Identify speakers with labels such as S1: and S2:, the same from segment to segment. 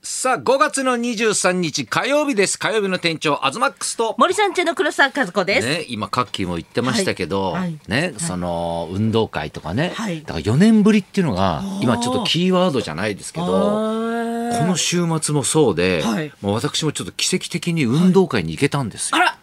S1: さあ、5月の23日火曜日です。火曜日の店長、アズマックスと。
S2: 森さんちの黒沢和子です。
S1: ね、今カッキーも言ってましたけど、
S2: はいはい
S1: ね、その運動会とかね、
S2: はい
S1: だから4年ぶりっていうのが今ちょっとキーワードじゃないですけど、この週末もそうで、
S2: はい
S1: もう私もちょっと奇跡的に運動会に行けたんですよ。
S2: あら、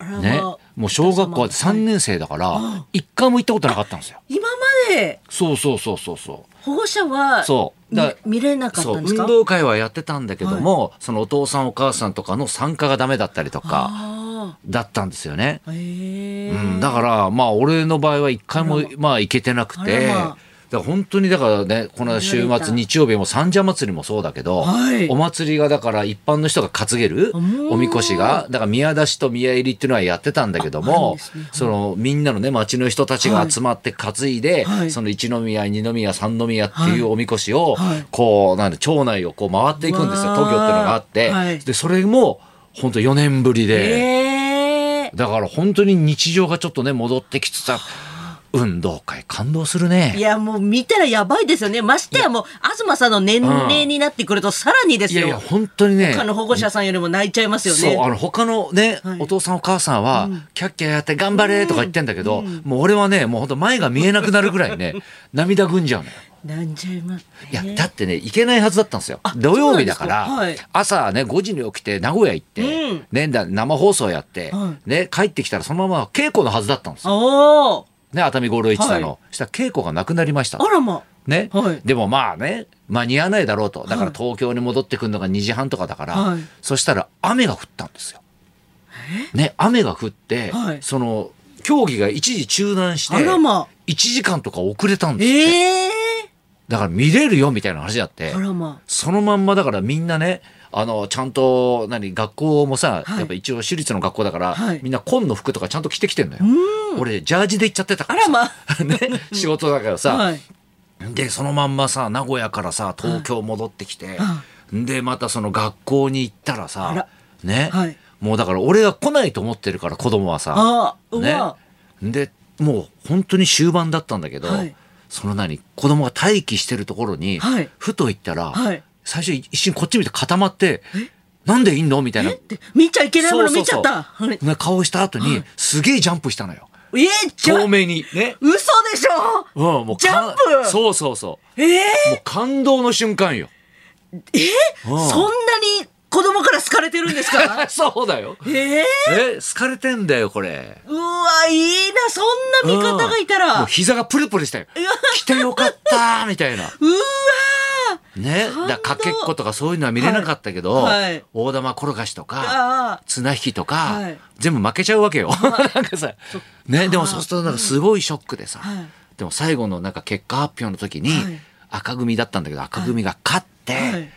S2: あら
S1: ね
S2: まあ、
S1: もう小学校3年生だから一回も行ったことなかったんですよ。
S2: 今まで
S1: そうそうそうそうそう。
S2: 保護者は
S1: そうだ
S2: み見れなかった
S1: そうん
S2: ですか
S1: 運動会はやってたんだけども、そのお父さんお母さんとかの参加がダメだったりとか
S2: あ
S1: だったんですよね。
S2: あ、へえ、
S1: うん、だからまあ俺の場合は一回も
S2: あら
S1: まあ行けてなくて、
S2: あらま
S1: だから本当にだからねこの週
S2: やられ
S1: 末
S2: た
S1: 日曜日も三社祭りもそうだけど、
S2: はい
S1: お祭りがだから一般の人が担げる
S2: うん
S1: おみこしがだから宮出しと宮入りっていうのはやってたんだけど
S2: ああるん
S1: も、
S2: ですねはい
S1: そのみんなのね町の人たちが集まって担いで、
S2: はい
S1: その一宮二宮三宮っていうおみこしを、
S2: はい
S1: こうなんで町内をこう回っていくんですよ
S2: うわー
S1: 東京っていうのがあって、
S2: はい
S1: でそれも本当4年ぶりで。
S2: ええ
S1: だから本当に日常がちょっとね戻ってきつつあ運動会感動する
S2: い
S1: ね。
S2: やもう見たらやばいですよね。ましてやもう東さんの年齢になってくるとさらにです
S1: いや
S2: よ。
S1: いや本当にね。
S2: 他の保護者さんよりも泣いちゃいますよね。
S1: そうあの他のね、
S2: はい
S1: お父さんお母さんは、キャッキャやって頑張れとか言ってんだけど、もう俺はねもう本当前が見えなくなるぐらい ね涙ぐんじゃうのよ。
S2: なんちゃいます。
S1: いや
S2: ね
S1: だってね行けないはずだったんですよ
S2: あ
S1: 土曜日だから
S2: そうなんですかはい
S1: 朝ね5時に起きて名古屋行って、
S2: うん
S1: ね、だ生放送やって、
S2: は
S1: ね、帰ってきたらそのまま稽古のはずだったんですよ、
S2: おお、
S1: ね、熱海五郎一座の、
S2: は
S1: したら稽古がなくなりました
S2: あらま、
S1: ね、
S2: はい
S1: でもまあね間に合わないだろうとだから
S2: はい
S1: 東京に戻ってくるのが2時半とかだから、
S2: はい
S1: そしたら雨が降ったんですよ。ね、雨が降って、
S2: はい
S1: その競技が一時中断して
S2: あら
S1: 1
S2: ま、
S1: 時間とか遅れたんですって、
S2: ええ
S1: だから見れるよみたいな話になって
S2: あらま、
S1: そのまんまだからみんなねあのちゃんと何学校もさ、
S2: はい
S1: やっぱ一応私立の学校だから、
S2: はい
S1: みんな紺の服とかちゃんと着てきてんのよ
S2: う。ん、
S1: 俺ジャージで行っちゃってたか
S2: あ
S1: ら
S2: ら
S1: さ、
S2: ま、
S1: ね、仕事だからさ、
S2: はい、
S1: でそのまんまさ名古屋からさ東京戻ってきて、
S2: は
S1: でまたその学校に行ったらさ
S2: あら
S1: ね、
S2: はい
S1: もうだから俺が来ないと思ってるから子供はさ
S2: ああ、う
S1: ね
S2: わ、
S1: でもう本当に終盤だったんだけど、
S2: はい
S1: その何子供が待機してるところに、
S2: はい
S1: ふと行ったら、
S2: はい
S1: 最初一瞬こっち見て固まって「なんでいんの?」みたいな
S2: えっ、て見ちゃいけないもの見ちゃった。
S1: そうそうそうね顔した後に、すげえジャンプしたのよ
S2: えー、じゃ
S1: 透明にね。
S2: 嘘でしょ
S1: うん、もうか
S2: ジャンプ
S1: そうそうそう
S2: ええ
S1: もう感動の瞬間よ。
S2: えー
S1: うん
S2: そんなに子供から好かれてるんですか
S1: そうだよ。
S2: ええ
S1: え、好かれてんだよ、これ。
S2: うわ、いいな、そんな味方がいた
S1: うんもう
S2: ら。
S1: 膝がプルプルしたよ。来てよかったみたいな。
S2: うわ
S1: ね。だか
S2: 感動
S1: らかけっことかそういうのは見れなかったけど、
S2: はいはい
S1: 大玉転がしと
S2: ー
S1: か、
S2: あ
S1: 綱引きとか、
S2: はい
S1: 全部負けちゃうわけよ。 なんかさ、ね、でもそうするとなんかすごいショックでさ、
S2: はい
S1: でも最後のなんか結果発表の時に
S2: はい、
S1: 赤組だったんだけど、赤組が勝って、
S2: はい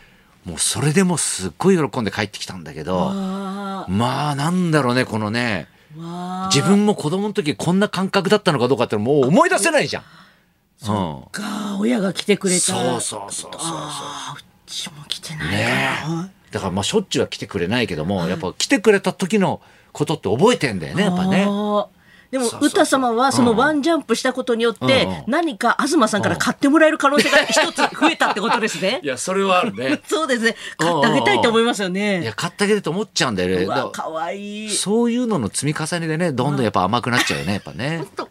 S1: もうそれでもすっごい喜んで帰ってきたんだけ
S2: あ、
S1: ど、
S2: わ
S1: まあなんだろうねこのね
S2: ーわー
S1: 自分も子供の時こんな感覚だったのかどうかってもう思い出せないじゃん。うん、
S2: が親が来てくれた。
S1: そうそうそうそうそ
S2: ああ、うちも来て
S1: う。
S2: ない
S1: ね
S2: から。
S1: え。だからまあしょっちゅうは来てくれないけども、やっぱ来てくれた時のことって覚えてんだよねやっぱね。
S2: あーでも
S1: そうそうそう
S2: 歌様はそのワンジャンプしたことによっ
S1: う
S2: て
S1: んうん。
S2: 何か東さんから買ってもらえる可能性が一つ増えたってことですね
S1: やそれはあるね
S2: そうですね。買ってあげたいと思いますよ
S1: いや
S2: ね。
S1: 買ってあげると思っちゃうんだよね。
S2: うわ
S1: だから
S2: 可愛い
S1: そういうのの積み重ねでねどんどんやっぱ甘くなっちゃうよねやっぱね。
S2: とか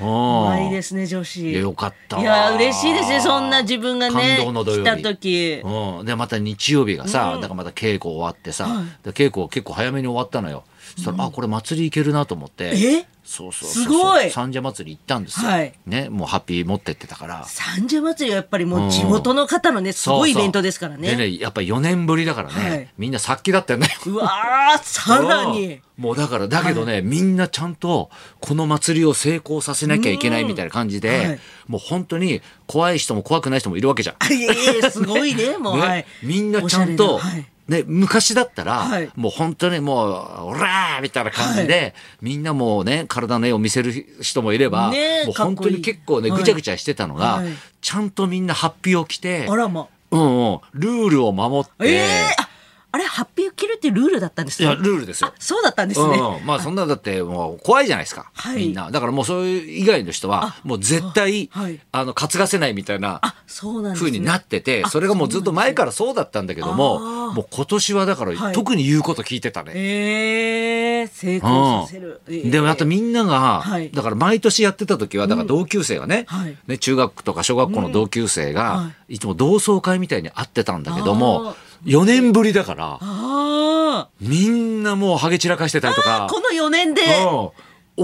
S1: うん。
S2: 可愛いですね女子。
S1: いやよかったわ
S2: いや嬉しいですねそんな自分がね
S1: 感動の土曜日
S2: 来た時。
S1: うん、でまた日曜日がさ、だからまた稽古終わってさ、で稽古結構早めに終わったのよそしたら、あこれ祭り行けるなと思って
S2: え
S1: そうそうそう
S2: すごい
S1: 三社祭り行ったんですよ、
S2: はい
S1: ね、もうハッピー持ってってたから
S2: 三社祭りはやっぱりもう地元の方のねすごいイベントですから
S1: そうそう
S2: ね。
S1: でねやっぱ4年ぶりだからね、
S2: はい
S1: みんな殺気だったよね
S2: うわーさらに。
S1: うんもうだからだけどね、みんなちゃんとこの祭りを成功させなきゃいけないみたいな感じで、
S2: うんはい
S1: もう本当に怖い人も怖くない人もいるわけじゃん。
S2: いやいやすごいねもう、
S1: ね
S2: はい
S1: みんなちゃんと、
S2: おしゃれなはい
S1: ね、昔だったら、
S2: はい
S1: もう本当にもう、オラーみたいな感じで、みんなもうね、体の絵を見せる人もいれば、
S2: ねえ
S1: もう本当に結構ね、
S2: かっ
S1: ぐ
S2: こいい
S1: ちゃぐちゃしてたのが、
S2: はい
S1: ちゃんとみんなハッピーを着て、
S2: あらま。
S1: うんうん、ルールを守って、
S2: ええああれハッピーキルってルールだったんです
S1: い
S2: か
S1: やルールですよ
S2: あそうだったんですね。
S1: うん、まあそんなだってもう怖いじゃないですか、
S2: はい
S1: みんなだからもうそういう以外の人はもう絶対
S2: あはい
S1: あの担がせないみたいな
S2: あ、そうなんです
S1: 風
S2: ね。
S1: になってて、それがもうずっと前からそうだったんだけど
S2: あ
S1: も
S2: ー
S1: もう今年はだから、
S2: はい
S1: 特に言うこと聞いてたね。
S2: ええ成功させる。え
S1: う
S2: え
S1: ん、でもまたみんなが、
S2: はい
S1: だから毎年やってた時はだから同級生がね,、
S2: はい
S1: ね中学とか小学校の同級生
S2: うん
S1: が
S2: はい
S1: つも同窓会みたいに会ってたんだけども
S2: あ
S1: 4年ぶりだから
S2: あ
S1: みんなもうハゲ散らかしてたりと
S2: あ、
S1: か
S2: この四年で。
S1: うん、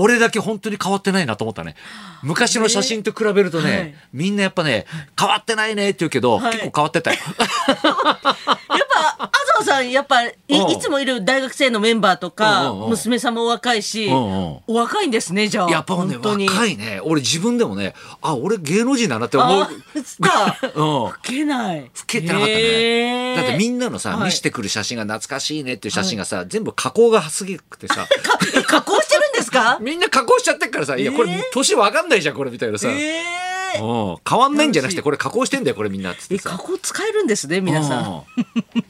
S1: 俺だけ本当に変わってないなと思ったね昔の写真と比べるとね、
S2: えーはい
S1: みんなやっぱね変わってないねって言うけど、
S2: はい
S1: 結構変わってたよ。
S2: やっぱ、東さん、やっぱい、
S1: うん
S2: いつもいる大学生のメンバーとか、
S1: うんうんうん
S2: 娘さんもお若いし、
S1: うんうん
S2: お若いんですね、じゃあ。
S1: やっぱね
S2: 本当に。
S1: 若
S2: い。
S1: いね俺自分でもねあ俺芸能人だなって思う
S2: あ。ー、つった。
S1: うん
S2: 老けない。老
S1: けてなかったね。だってみ
S2: ん
S1: んなのさ、
S2: はい
S1: 見してくる写真が懐かしいねっていう写真がさ、全部加工がすぎくて さ、
S2: な、加工してるんです か
S1: みんな加工しちゃってっからさ、いや、これ
S2: えー
S1: 年わかんないじゃん、これみたいなさ。うん
S2: ええ
S1: 変わんないんじゃなくて、これ加工してんだよ、これみんなっつって
S2: え、
S1: さ
S2: 加。工使えるんですね、皆さん。
S1: うん。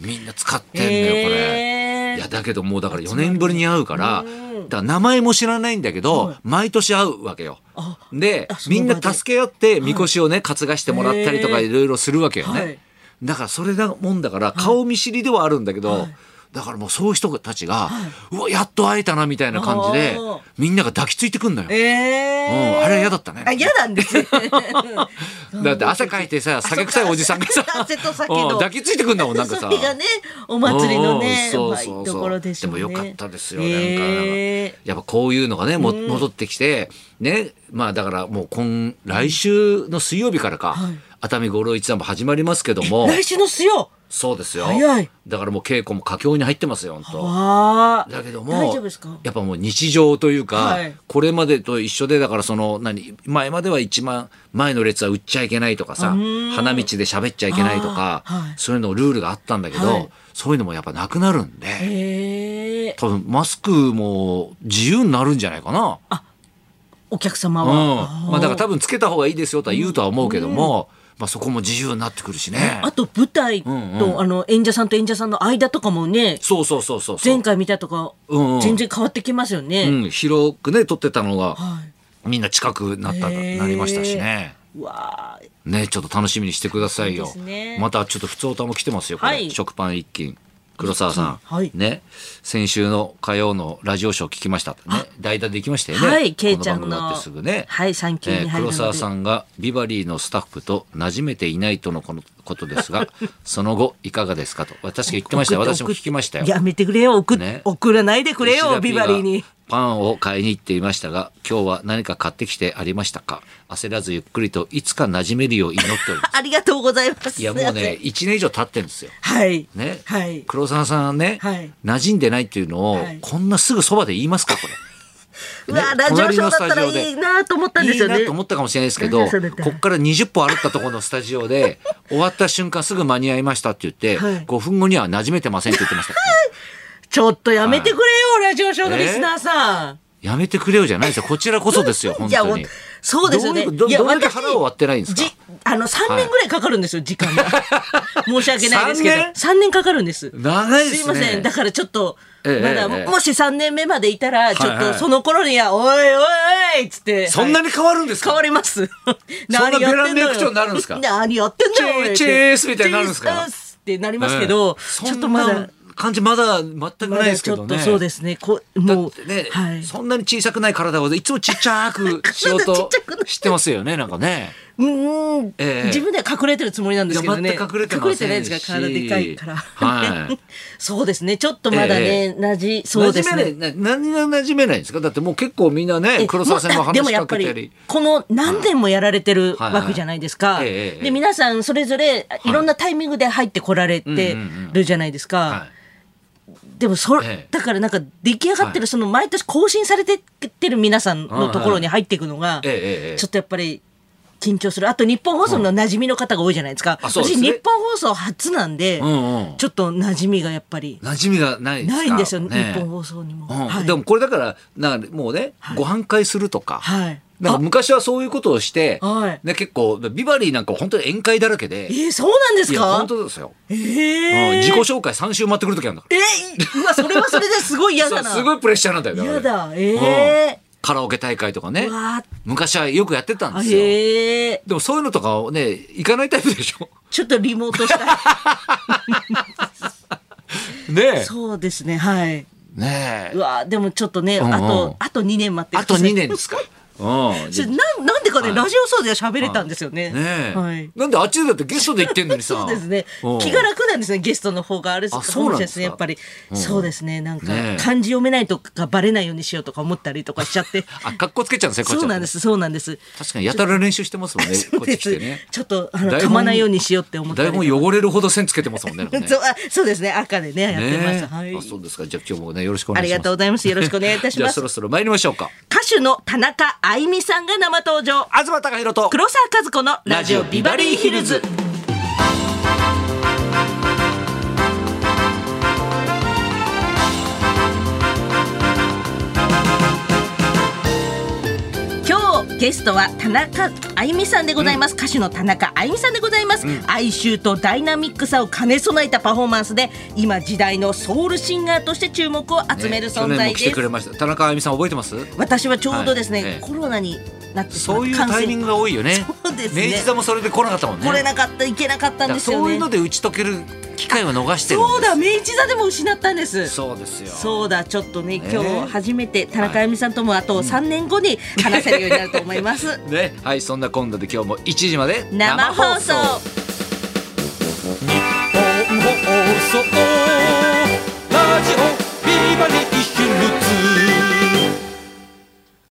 S1: みんな使ってんだよ、これ。
S2: ええ
S1: いや、だけどもうだから4年ぶりに会うから
S2: うん、
S1: だから名前も知らないんだけ
S2: は
S1: ど
S2: い、
S1: 毎年会うわけよ。
S2: あ
S1: で
S2: あ、その
S1: み
S2: 場
S1: ん
S2: で
S1: な助け合って、みこしをね、担がしてもらったりとか
S2: へー
S1: いろいろするわけよね。
S2: はい
S1: だからそれだもんだから、顔見知りではあるんだけど、
S2: はい
S1: だからもうそういう人たちが、うわ、やっと会えたなみたいな感じで
S2: あー、
S1: みんなが抱きついてくんのよ。
S2: ええ
S1: うんあれ嫌だったね
S2: あ、嫌なんで すね。
S1: だって汗かいてさ、酒臭いおじさんがさ、
S2: 汗と酒
S1: うん
S2: の。
S1: 抱きついてくんだもん、なんか さ
S2: そ。れがね、お祭りのね、
S1: うん
S2: う
S1: そう
S2: まい
S1: そう
S2: と
S1: そう
S2: ころでしょうね。
S1: もよかったですよ、
S2: え
S1: ね
S2: え
S1: やっぱこういうのがねも戻ってきて、ねまあだからもう今来週の水曜日からか、
S2: はい
S1: 熱海五郎一座も始まりますけども
S2: 来週の水曜。
S1: そうですよ
S2: 早い
S1: だからもう稽古も佳境に入ってますよ本
S2: わあ。
S1: 当だけども
S2: 大丈夫ですか。
S1: やっぱもう日常というか、
S2: はい
S1: これまでと一緒でだからその何前までは一番前の列は売っちゃいけないとかさ
S2: うん
S1: 花道で喋っちゃいけないとか、
S2: あーはい
S1: そういうのルールがあったんだけど、
S2: はい
S1: そういうのもやっぱなくなるんで。
S2: ええ。
S1: 多分マスクも自由になるんじゃないかな。
S2: お客様
S1: うん。
S2: は。
S1: まあだから多
S2: 分。
S1: 分つけた方がいいですよとは言うとは思うけども、まあそこも自由になってくるしね。
S2: あと舞台と、
S1: うんうん
S2: あの演者さんと演者さんの間とかもね、
S1: そうそうそうそうそう。
S2: 前回見たとか、
S1: うんうん
S2: 全然変わってきますよね。
S1: うん、広くね、撮ってたのが、
S2: はい。
S1: みんな近くなった、
S2: へー
S1: なりましたしね。
S2: うわあ。
S1: ね、ちょっと楽しみにしてくださいよ。
S2: そうですね
S1: またちょっと普通歌も来てますよ、これ。
S2: はい
S1: 食パン一斤。黒沢さん、
S2: はい
S1: ね、先週の火曜のラジオショー聞きました。ね、代打で行きましたよね。
S2: はい、けいちゃ
S1: こ
S2: ん
S1: の番組だ
S2: の。
S1: ってすぐね。
S2: はい、産休
S1: え
S2: に
S1: ー
S2: 入る
S1: 黒
S2: ので。
S1: 沢さんがビバリーのスタッフと馴染めていないとのこのことです がその後いかがですかと私が言ってましたよ
S2: 送っ
S1: 私も聞きましたよ。
S2: やめてくれよ、送、
S1: ね
S2: 送らないでくれ
S1: 石田 P
S2: よ、
S1: が
S2: ビバリーに。
S1: パンを買いに行っていましたが今日は何か買ってきてありましたか焦らずゆっくりといつか馴染めるよう祈っておりま
S2: ありがとうございます。
S1: す。いやもう ね1年以上経ってるんですよ。
S2: はい。
S1: ね、
S2: はい。
S1: 黒沢さんはね、
S2: はい
S1: 馴染んでないっていうのを、
S2: はい
S1: こんなすぐそばで言いますか これ。
S2: うわ、ラジオショーだった
S1: 隣
S2: ら
S1: のスタジオで
S2: いいなと思ったんですよね。
S1: いいなと思ったかもしれないですけど、
S2: ラ
S1: こ
S2: ジオだったら
S1: っから20歩歩ったところのスタジオ で、終わった瞬間すぐ間に合いましたって言って、
S2: はい
S1: 5分後には馴染めてませんって言ってました。
S2: ちょっとやめてくれよ、ラジオショーのリスナーさん。
S1: やめてくれよじゃないですよ。こちらこそですよ、本
S2: いや
S1: 当に
S2: ほん。そうですよね
S1: どういうど
S2: いや
S1: どれだけ
S2: 私
S1: 腹を割ってないんですか
S2: じ、あの、3年ぐらいかかるんですよ、時間が。申し訳ないですけど。
S1: 三年
S2: 3, 年かかるんです。
S1: 長いですね
S2: すいません。だからちょっと、ま
S1: ええ
S2: だ、
S1: ええ
S2: もし3年目までいたら、ちょっ
S1: はい
S2: と
S1: はい
S2: その頃には、おいおいおいっつって。
S1: そんなに変わるんです
S2: 変
S1: か
S2: わ ります。
S1: な
S2: 何やって
S1: ベランダ
S2: のよ
S1: 行くとなるんですか
S2: 何やってんだよ。
S1: チェチェースみたいになるんですか
S2: チェースってなりますけど、
S1: ええそ
S2: ちょっと
S1: ん
S2: ま
S1: な
S2: だ、
S1: 感じまだ全く
S2: ま
S1: ないで
S2: だ
S1: す
S2: ち
S1: け
S2: ょ
S1: ど
S2: っ
S1: ね。
S2: とそうですね。こ
S1: だ
S2: も
S1: っ
S2: う
S1: てね、
S2: はい。
S1: そんなに小さくない体をいつもちっちゃくしよう
S2: 体ち
S1: と
S2: っちゃくない
S1: してますよね、なんかね。
S2: うーん、
S1: ええ
S2: 自分では隠れてるつもりなんですけどね。
S1: いや全く隠れてませんし
S2: ないですから、体でかいから。
S1: はい、
S2: そうですね。ちょっとまだね、なじ、そうですね。
S1: 馴染めないな何が馴染めないんですかだってもう結構みんなね
S2: え
S1: 黒沢さんも
S2: もうで
S1: 話
S2: も
S1: し
S2: や
S1: か
S2: っぱ
S1: けたり
S2: りこの何年もやられてる
S1: はい
S2: わけじゃないですか、
S1: はいはいええええ
S2: で皆さんそれぞれいろんなタイミングで入ってこられてるじゃないですか、
S1: は
S2: でもそ、
S1: ええ
S2: だからなんか出来上がって
S1: は
S2: るその毎年更新されてってる皆さんのところに入っていくのが
S1: いええええええ
S2: ちょっとやっぱり緊張するあと日本放送の馴染みの方が多いじゃないですか、
S1: あそうです
S2: 私
S1: ね
S2: 日本放送初なんで、
S1: うんうん
S2: ちょっと馴染みがやっぱり
S1: 馴染みがない
S2: ないんですよ、
S1: ね
S2: 日本放送にも、
S1: うん
S2: はい
S1: でもこれだからなんかもうね、ご飯会するとか、
S2: はい
S1: なんか昔はそういうことをして、
S2: はい
S1: ね、結構ビバリーなんかは本当に宴会だらけで
S2: えー、そうなんです
S1: いや
S2: か
S1: 本当ですよ、
S2: え
S1: うん
S2: ー、
S1: 自己紹介3週待ってくる時あるんだか
S2: えー、うわ、それはそれですごい嫌
S1: ら
S2: だ
S1: そ
S2: な。
S1: うすごいプレッシャーなんだよ
S2: 嫌
S1: から
S2: だ。え
S1: カラオケ大会とか
S2: ー、
S1: ね
S2: うわ
S1: 昔はよくやってたん
S2: ー、
S1: ですよ、
S2: えー、
S1: でもそういうのとかをね行かないタイプで しょ
S2: ちょっとリモートしたい。
S1: ね
S2: そうですね、はい。
S1: えね
S2: うわーでもちょっとね、
S1: うんうん
S2: あと、あと2年待って
S1: え
S2: く
S1: あ
S2: ださ
S1: と
S2: い
S1: 2年ですかうん
S2: それなん、なんでかね、
S1: はい
S2: ラジオソーでは喋れたんですよね。
S1: ねえ、
S2: はい。
S1: なんであっちでだってゲストで行ってんのにさ
S2: そうですね
S1: うん。
S2: 気が楽なんですね、ゲストの方があれ
S1: あそうなんですか
S2: ね、やっぱり
S1: う。ん
S2: そうですね、なんか
S1: ねえ
S2: 漢字読めないとかバレないようにしようとか思ったりとかしちゃって。
S1: あかっ こつけちゃうんですねこっちだ
S2: そ
S1: と
S2: うなんです、そうなんです。
S1: 確かにやたら練習してますもんね
S2: そ
S1: こ
S2: う
S1: っち
S2: で
S1: 来て
S2: す
S1: ね
S2: ちょっとあの
S1: 台
S2: 噛
S1: 本
S2: まないようにしようって思ったり
S1: 台
S2: とか
S1: 本汚れるほど線つけてますもんねなんかね
S2: そうあそうですね赤でねやってま
S1: ね
S2: し
S1: え
S2: た、はい
S1: あそうですかじゃあ今日もねよろしくお
S2: あ
S1: 願い
S2: り
S1: します
S2: がとうございますよろしくお願いいたし
S1: じゃ
S2: ま
S1: あ
S2: す
S1: そ
S2: 歌
S1: ろそろ参りましょうか
S2: 手の田中あいみさんが生登場
S1: 東貴博と
S2: 黒沢和子のラジオビバリーヒルズ今日ゲストは田中あゆみさんでございます、歌手の田中あゆみさんでございます、哀愁とダイナミックさを兼ね備えたパフォーマンスで今時代のソウルシンガーとして注目を集め
S1: ね去年
S2: る存
S1: も
S2: 在で
S1: 来
S2: す、
S1: てくれました田中あゆみさん覚えてます
S2: 私はちょうどですね、
S1: はいええ
S2: コロナになってし
S1: そ
S2: まった
S1: ういう
S2: 感染
S1: タイミングが多いよね
S2: そうですね
S1: 明治座もそれで来なかったもんね
S2: 来れなかった、いけなかったん
S1: だか
S2: で
S1: ら
S2: すよね
S1: そういうので打ち解ける機会を逃してるんです
S2: そうだ明治座でも失ったんですそ
S1: そうですよ
S2: うだちょっとね
S1: ね
S2: 今日初めて田中あゆみさんともあと3年後に話せるようになると思います、
S1: ねはいそんな今度で今日も1時まで
S2: 生放
S1: 放送
S2: 送
S1: ラジオビバリー